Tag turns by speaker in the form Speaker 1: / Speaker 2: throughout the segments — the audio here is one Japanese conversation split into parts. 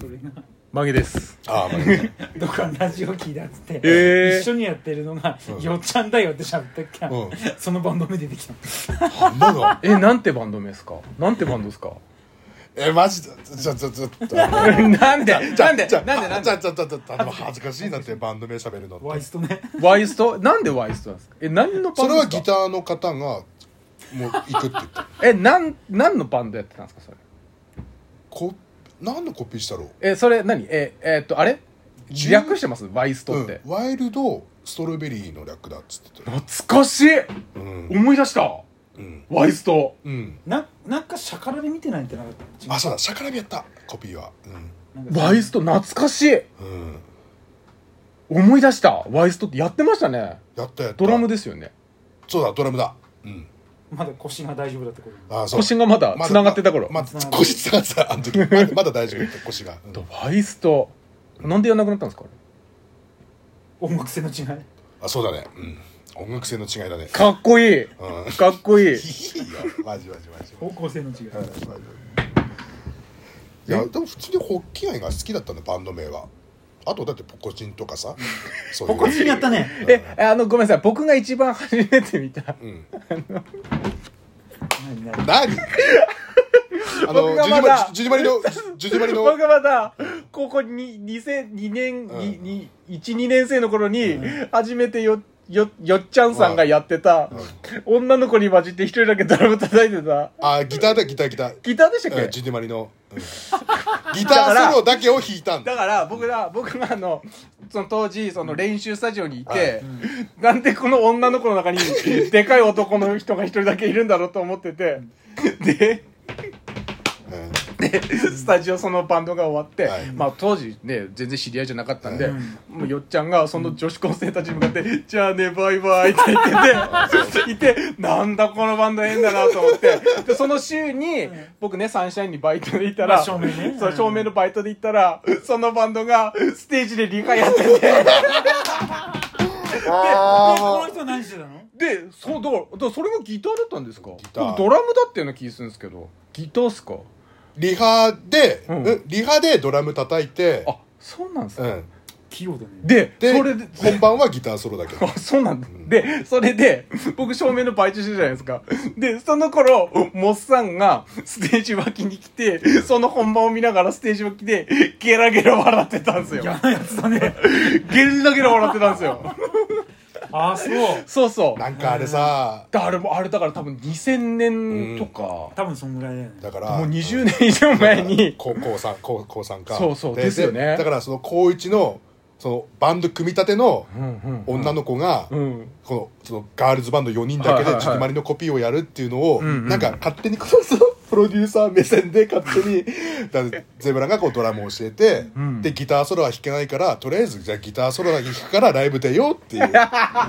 Speaker 1: それが
Speaker 2: マゲです
Speaker 3: ああ、まあいいね、
Speaker 1: どこかラジオ聞いたっつって、
Speaker 2: えー
Speaker 1: 一緒にやってるのが、
Speaker 3: うん
Speaker 1: よっちゃんだよって喋ってっけ、ら
Speaker 3: うん
Speaker 1: そのバンド目出てきた
Speaker 3: なんだろう
Speaker 2: えなんてバンド名ですかなんてバンドですか
Speaker 3: え、マジで、ちょ、ちょ、ちょ、ちょ、
Speaker 2: なんでなんで
Speaker 3: ちょ
Speaker 2: なんでなん
Speaker 3: ち
Speaker 2: で
Speaker 3: ょ、ちょ、ちょ、ちょ、ちょでも恥ずかしいなってバンド名喋るの
Speaker 1: ワ
Speaker 3: っ
Speaker 1: イ
Speaker 3: て。
Speaker 1: ストね
Speaker 2: ワイストなんでワイストなんですかえ何のバ
Speaker 3: そ
Speaker 2: ンドで
Speaker 3: れは
Speaker 2: すか
Speaker 3: ギターの方が、もう行くって言 った。
Speaker 2: えなん何のバンドやってたんですかそれ
Speaker 3: こ、何のコピーしたろう
Speaker 2: えそれ何ええーっとあれ
Speaker 3: 十
Speaker 2: 略してますワイスト
Speaker 3: う
Speaker 2: って、
Speaker 3: ん、ワイルドストロベリーの略だっつってたよ
Speaker 2: 懐かしい
Speaker 3: うん
Speaker 2: 思い出した
Speaker 3: うん
Speaker 2: ワイスト
Speaker 3: うん
Speaker 1: ななんかシャカラで見てないんじゃなかった
Speaker 3: あそうだシャカラビやったコピーは
Speaker 2: ワイスト懐かしい
Speaker 3: うん、うん、
Speaker 2: 思い出したワイストってやってましたね
Speaker 3: やったやった
Speaker 2: ドラム
Speaker 3: で
Speaker 2: ですよね
Speaker 3: そうだドラムだうん
Speaker 1: まだ腰が大丈夫だってこと
Speaker 3: あそう
Speaker 2: 腰がまだ繋がってた頃、
Speaker 3: ま
Speaker 1: 繋がってた
Speaker 3: 腰繋がってたあ の時まだまだ大丈夫だった腰が、うん
Speaker 2: ワイストなんでやんなくなったんですか
Speaker 1: 音楽性の違い
Speaker 3: あそうだねうん音楽性の違いだね
Speaker 2: かっこいい
Speaker 3: うんい
Speaker 2: かっこいい
Speaker 3: いよマジマジマジ
Speaker 1: 方向性の違い、
Speaker 3: うんマジマジいやでも普通にホッキアイが好きだったのバンド名はあとだってポコチンとかさそういう
Speaker 1: 方向性やったね
Speaker 2: えあのごめんなさい僕が一番初めて見た
Speaker 3: うん
Speaker 1: 何何
Speaker 3: 何あ
Speaker 2: 僕がまだ
Speaker 3: の、ジュジュリの、ジュジュリの、
Speaker 2: 僕まだ高校に2千二年
Speaker 3: うん
Speaker 2: に12年生の頃に初めてよよよっちゃんさんがやってた女の子に混じって一人だけドラム叩いてた
Speaker 3: あ、ギターだ、ギター、ギター。
Speaker 2: ギターでしたっけ、
Speaker 3: うんジュデュマリの、 うんギターソロだけを弾いたんだ
Speaker 2: だから僕ら僕があのその当時その練習スタジオにいて、なんでこの女の子の中にでかい男の人が一人だけいるんだろうと思っててで
Speaker 3: うん
Speaker 2: でスタジオそのバンドが終わって、
Speaker 3: はい
Speaker 2: まあ当時ね全然知り合いじゃなかったんで、
Speaker 1: うん
Speaker 2: もうよっちゃんがその女子高生たちに向かって「 じゃあねバイバイ」って言って ていてなんだこのバンド変だなと思 ってでその週に僕ねサンシャインにバイトで行ったら、
Speaker 1: まあ照明ね
Speaker 2: そう照明のバイトで行ったらそのバンドがステージでリハやってて。
Speaker 1: えこの人何してたの
Speaker 2: でそうだからだからそれがギターだったんですか
Speaker 3: ター
Speaker 2: 僕ドラムだったような気するんですけどギターっすか
Speaker 3: リハで、
Speaker 2: うん
Speaker 3: うんリハでドラム叩いて、
Speaker 2: あそうなんです
Speaker 3: う
Speaker 2: か、
Speaker 3: ん
Speaker 1: 器用だね
Speaker 2: で
Speaker 3: で、
Speaker 2: それで
Speaker 3: 本番はギターソロだけど。
Speaker 2: あそうなんだ、でそれで僕照明のバイトしてたじゃないですかでその頃モッさんがステージ脇に来てその本番を見ながらステージ脇でゲラゲラ笑ってたんですよ
Speaker 1: 嫌なやつだね
Speaker 2: ゲラゲラ笑ってたんですよ
Speaker 1: ああそう
Speaker 2: そうそう
Speaker 3: なんかあれさ、
Speaker 2: 誰もあれだから多分2000年とか、
Speaker 1: 多分そんぐらいだよね
Speaker 3: だから、
Speaker 2: もう20年以上前 に
Speaker 3: 高高三高高三か。
Speaker 2: そうそうですよね
Speaker 3: だからその高一の、そのバンド組み立ての
Speaker 2: うん
Speaker 3: 女の子が、
Speaker 2: うんうん
Speaker 3: このそのガールズバンド4人だけ
Speaker 2: はいはい
Speaker 3: で
Speaker 2: はい
Speaker 3: ジュディマリのコピーをやるっていうのを、
Speaker 2: んうん
Speaker 3: なんか勝手にこのそのプロデューサー目線で勝手にだからゼブラがこうドラムを教えて、
Speaker 2: ん
Speaker 3: でギターソロは弾けないからとりあえずじゃあギターソロだけ弾くからライブ出ようっていう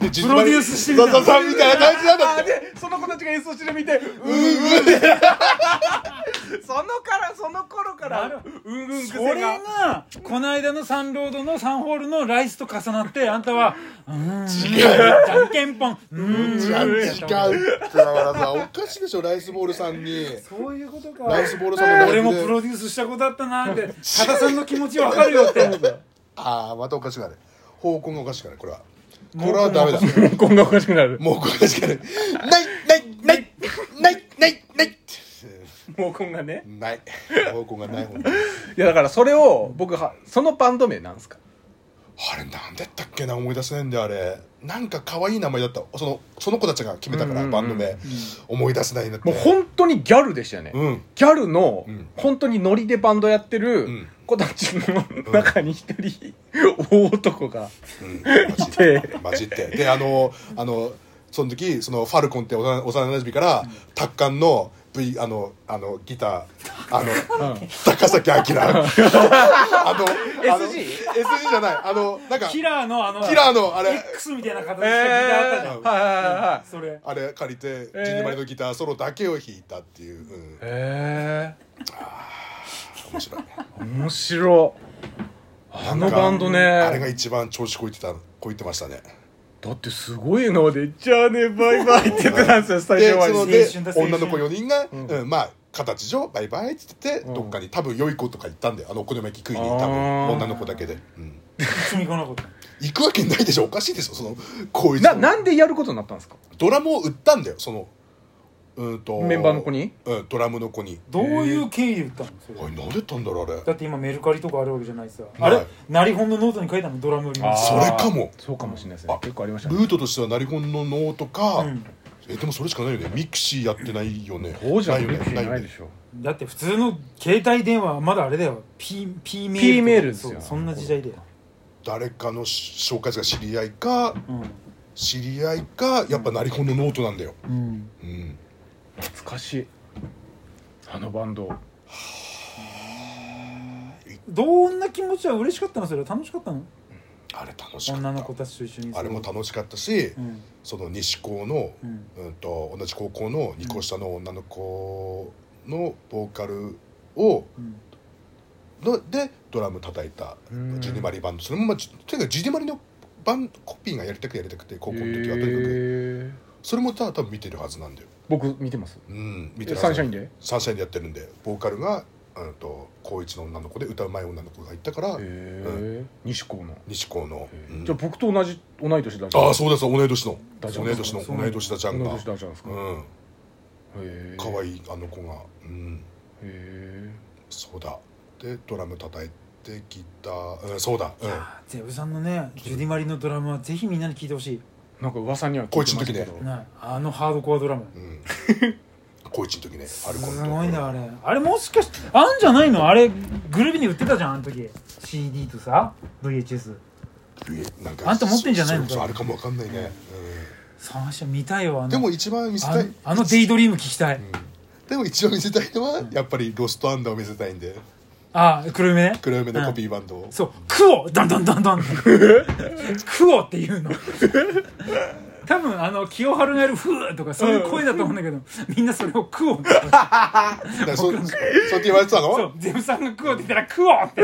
Speaker 3: でジュディマリ
Speaker 1: プロデュースしてみた
Speaker 3: そうそうそうみたいな感じなんだ
Speaker 2: あ
Speaker 3: って
Speaker 2: でその子たちが演奏してるの見てうんうん そのからその頃から
Speaker 1: なる
Speaker 2: うんうん癖
Speaker 1: それ
Speaker 2: が
Speaker 1: がこの間のサンロードのサンホールのライスと重なってあんたはうーん
Speaker 3: 違う
Speaker 1: じゃんけんぽんうーん
Speaker 3: 違う違うってだからさおかしいでしょライスボールさんに
Speaker 1: そういうことか
Speaker 3: ライスボールさんのライブで
Speaker 1: 俺もプロデュースしたことあったなって多田さんの気持ちわかるよって
Speaker 3: ああまたおかしくなる方向がおかしくなるこれはこれはダメだ
Speaker 2: 今後おかしくなる
Speaker 3: もうこれしかない。ないないないないないない
Speaker 2: もう今がね
Speaker 3: ない。方向がないもん。あ
Speaker 2: いやだからそれを僕はそのバンド名なんですか
Speaker 3: れなんだったっけな思い出せないんだよあれ。なんか可愛い名前だった。そのその子たちが決めたから、
Speaker 2: うんうんうん
Speaker 3: バンド名、思い出せないんだって。
Speaker 2: もう本当にギャルでしたよね、
Speaker 3: うん
Speaker 2: ギャルの
Speaker 3: ん
Speaker 2: 本当にノリでバンドやってる
Speaker 3: ん
Speaker 2: 子たちの中に一人大男が
Speaker 3: うんマジでマジでであのあのその時そのファルコンって幼幼馴染から達観の V あのあのギターあの、高崎明 あの
Speaker 2: SG
Speaker 3: SG じゃないあのなんか
Speaker 1: キラーのあの
Speaker 3: キラーのあれ
Speaker 1: X みたいな形し
Speaker 2: え
Speaker 1: たギターあったじゃん
Speaker 2: ーはいはいはいはい
Speaker 1: それ
Speaker 3: あれ借りて、
Speaker 2: えー
Speaker 3: ジュニマリのギターソロだけを弾いたっていう、うん、
Speaker 2: へ
Speaker 3: 面白い
Speaker 2: え面白あのバンドね
Speaker 3: あれが一番調子こいてたこいてましたね
Speaker 2: だってすごい笑顔で「じゃあねバイバイ」って言ってたんですよスタジ
Speaker 3: で
Speaker 2: オ
Speaker 3: そ
Speaker 2: は
Speaker 3: の
Speaker 1: 青
Speaker 3: で
Speaker 1: 春だ青春
Speaker 3: 女の子4人が、うんまあ形上バイバイっつってて、
Speaker 2: ん
Speaker 3: どっかに多分良い子とか行ったんだよあのお好み焼き食いに
Speaker 2: あー
Speaker 3: 多分女の子だけで、うん、
Speaker 1: 積み子のこと
Speaker 3: 行くわけないでしょおかしいでしょそのこいつ
Speaker 2: ななんでやることになったんですか
Speaker 3: ドラムを売ったんだよそのうんと
Speaker 2: メンバーの子に、
Speaker 3: うん、ドラムの子に
Speaker 1: どういう経緯で売ったのそれ
Speaker 3: おい何で言ったんだろうあれ
Speaker 1: だって今メルカリとかあるわけじゃないさ
Speaker 3: な
Speaker 1: あ
Speaker 3: い
Speaker 1: れなり本のノートに書いたのドラム売りま
Speaker 3: そ
Speaker 1: す
Speaker 3: れかも
Speaker 2: そうかもしれないですね
Speaker 3: あ
Speaker 2: 結構ありました
Speaker 3: ル
Speaker 2: ね
Speaker 3: ートとしてはなりほんの能とか、
Speaker 1: うん
Speaker 3: えでもそれしかないよねミクシーやってないよね
Speaker 2: 王者
Speaker 3: ない
Speaker 2: の
Speaker 3: よね
Speaker 2: 歴史ない
Speaker 3: よ
Speaker 2: で
Speaker 3: ね
Speaker 2: しょ
Speaker 1: だって普通の携帯電話はまだあれだよ P, P メール
Speaker 2: P メールですよ
Speaker 1: そうそんな時代だよ、
Speaker 3: 誰かの紹介者が知り合いか
Speaker 1: うん
Speaker 3: 知り合いかやっぱなりほんのノートなんだよ、
Speaker 1: うん、
Speaker 3: うん、
Speaker 2: 懐かしいあのバンド
Speaker 1: どんな気持ちは嬉しかったのそれは楽しかったの
Speaker 3: あれ楽しかった
Speaker 1: 女の子たちと一緒に
Speaker 3: あれも楽しかったし、
Speaker 1: うん
Speaker 3: その西高の、
Speaker 1: うん
Speaker 3: うん、と同じ高校の2個下の女の子のボーカルを
Speaker 1: うん
Speaker 3: のでドラム叩いた
Speaker 2: うん
Speaker 3: ジュディマリバンドそれもまあじとにかくジュディマリのバンコピーがやりたくてやりたくて高校の時はとにかく
Speaker 2: へー
Speaker 3: それもた多分見てるはずなんだよ
Speaker 2: 僕見てます
Speaker 3: うん見て
Speaker 2: え
Speaker 3: る
Speaker 2: サ
Speaker 3: は
Speaker 2: ンシ
Speaker 3: ず
Speaker 2: ャインで
Speaker 3: サンシャインでやってるんでボーカルがうんと高一の女の子で歌うまい女の子がいたから
Speaker 2: へえ西高の
Speaker 3: 西高のうん
Speaker 2: じゃあ僕と同じ同い年だじゃん
Speaker 3: ああそうです同い年の
Speaker 2: ダジャン
Speaker 3: 同い年の
Speaker 1: そう
Speaker 3: 同い年だちゃん
Speaker 2: 同い
Speaker 3: が
Speaker 2: 年だじゃんですか
Speaker 3: うん
Speaker 2: へえ
Speaker 3: 可
Speaker 2: い
Speaker 3: 愛いあの子がうん
Speaker 2: へえ
Speaker 3: そうだでドラム叩いてギターうんそうだうん
Speaker 1: あゼブさんのねジュディマリのドラムはぜひみんなに聞いてほしい
Speaker 2: なんか噂には聞
Speaker 3: 高
Speaker 2: いて
Speaker 3: 一の
Speaker 2: まし
Speaker 3: 時
Speaker 2: た
Speaker 3: ね
Speaker 2: けど
Speaker 1: なあのハードコアドラム
Speaker 3: うん、高一の時ね ファルコン
Speaker 1: す
Speaker 3: と
Speaker 1: ごいなあれあれもしかしてあんじゃないのあれグルービーに売ってたじゃんあの時 CD とさ VHS
Speaker 3: えなんか
Speaker 1: あんた持ってんじゃないの
Speaker 3: そうそうあれかもわかんないね、
Speaker 1: 探して見たいわあ
Speaker 3: う
Speaker 1: の
Speaker 3: んでも一番見せ
Speaker 1: あ
Speaker 3: た
Speaker 1: の
Speaker 3: い
Speaker 1: あのデイドリーム聞きたい、
Speaker 3: でも一番見せたいのはやっぱりロストアンダーを見せたいんで
Speaker 1: ああ黒夢ね
Speaker 3: 黒夢のコピーバンドを、
Speaker 1: そう「クオ」「ダンダンダンダン」クオ」っていうの多分あの清春がやる「フー」とかそういう声だと思うんだけどみんなそれを「クオ」って
Speaker 3: だからそそうやって言われてたの
Speaker 1: そ
Speaker 3: ふ
Speaker 1: うゼブさんが「クオ」って言ったら「クオ」って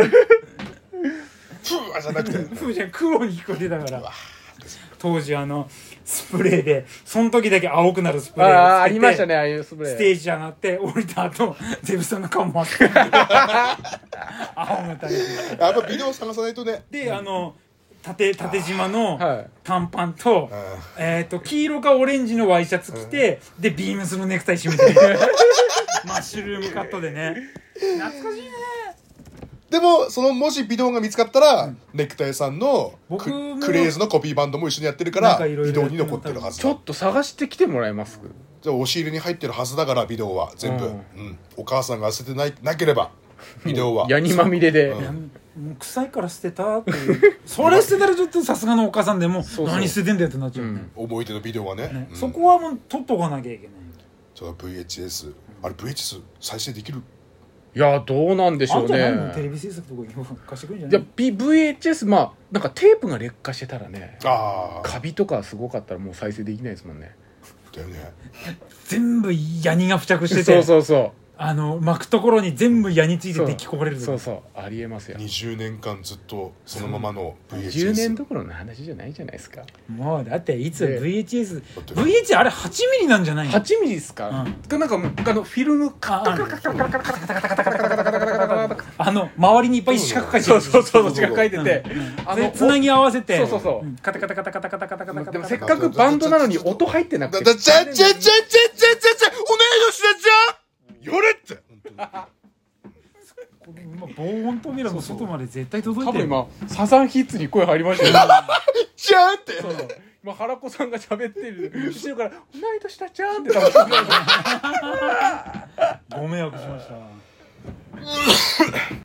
Speaker 3: ーじゃなくて
Speaker 1: フーじゃんクオに聞こえてたから当時あのスプレーでその時だけ青くなるスプ
Speaker 2: あ
Speaker 1: レーをつけて
Speaker 2: あありましたねああいうスプレー
Speaker 1: ステージ上がって降りた後ゼブさんの顔もあって 青がたり
Speaker 3: やっぱビデオ探さないとね
Speaker 1: であの縦縦縞の
Speaker 2: はい
Speaker 1: 短パンと,、えー、と黄色かオレンジのワイシャツ着て、でビームスのネクタイ締めて ねマッシュルームカットでね懐かしいね
Speaker 3: でもそのもしビデオが見つかったら、ネクタイさんの
Speaker 1: 僕
Speaker 3: ク
Speaker 1: も
Speaker 3: クレイズのコピーバンドも一緒にやってるか
Speaker 1: なん
Speaker 3: ら
Speaker 1: かいろい
Speaker 3: ビ
Speaker 1: ろ
Speaker 3: デ
Speaker 1: や
Speaker 3: オに
Speaker 1: ってる
Speaker 3: 残ってるはず
Speaker 2: ちょっと探してきてもらえます
Speaker 3: じゃあ押し入れに入ってるはずだからビデオは全部、
Speaker 2: う
Speaker 3: うんんお母さんが捨ててないなければビデオは
Speaker 2: ヤニまみれで
Speaker 1: いやもう臭いから捨てたっていうそれ捨てたらちょっとさすがのお母さんでも
Speaker 2: うそう
Speaker 1: 何捨ててんだよってなっちゃうね,ね、
Speaker 3: 思い出のビデオはねうん
Speaker 1: そこはもう取っとかなきゃいけない
Speaker 3: そう VHS あれ VHS 再生できる
Speaker 2: いやどうなんでし
Speaker 1: あ
Speaker 2: ょ
Speaker 1: ん
Speaker 2: う
Speaker 1: じゃないのテレ
Speaker 2: ね
Speaker 1: ビ制作とかに貸してくれるん
Speaker 2: い
Speaker 1: じゃ
Speaker 2: や
Speaker 1: ない
Speaker 2: P- VHS まあなんかテープが劣化してたらね
Speaker 3: ああ
Speaker 2: カビとかすごかったらもう再生できないですもんね
Speaker 3: だよね
Speaker 1: 全部ヤニが付着してて
Speaker 2: そうそうそ
Speaker 1: あの巻くところに全部ヤニつ
Speaker 2: う
Speaker 1: いて
Speaker 2: そう
Speaker 1: できこぼれるとか
Speaker 2: そうそうありえますよ
Speaker 3: 20年間ずっとそのままの VHS
Speaker 2: 10年どころの話じゃないじゃないですか
Speaker 1: もうだっていつ
Speaker 2: で
Speaker 1: VHS
Speaker 3: って
Speaker 1: VH あれ8ミリなんじゃないの
Speaker 2: 8ミリですかなんかもうあのフィルムカ
Speaker 1: あああの周りにいっぱい四角書いて
Speaker 2: そ
Speaker 1: る
Speaker 2: うそうそう字
Speaker 3: そうそう
Speaker 2: が書いててあ
Speaker 1: あ
Speaker 2: の
Speaker 1: のつなぎ合わせて
Speaker 2: そうそうそうん
Speaker 1: カタカタカタカタカタカタカタカタ
Speaker 2: でもせっかくバンドなのに音入ってな
Speaker 3: だ
Speaker 2: く
Speaker 3: だ
Speaker 2: て
Speaker 3: じゃじゃじゃじゃじゃじゃお願いしだじゃんよれって
Speaker 1: これ今防音扉の外まで絶対届
Speaker 2: 多
Speaker 1: いて
Speaker 2: 分
Speaker 1: る
Speaker 2: 今サザンヒッツに声入りましたよ
Speaker 3: じゃんって
Speaker 2: 今原子さんが喋ってる後ろから「同い年だじゃん」って多分
Speaker 1: ご迷惑しました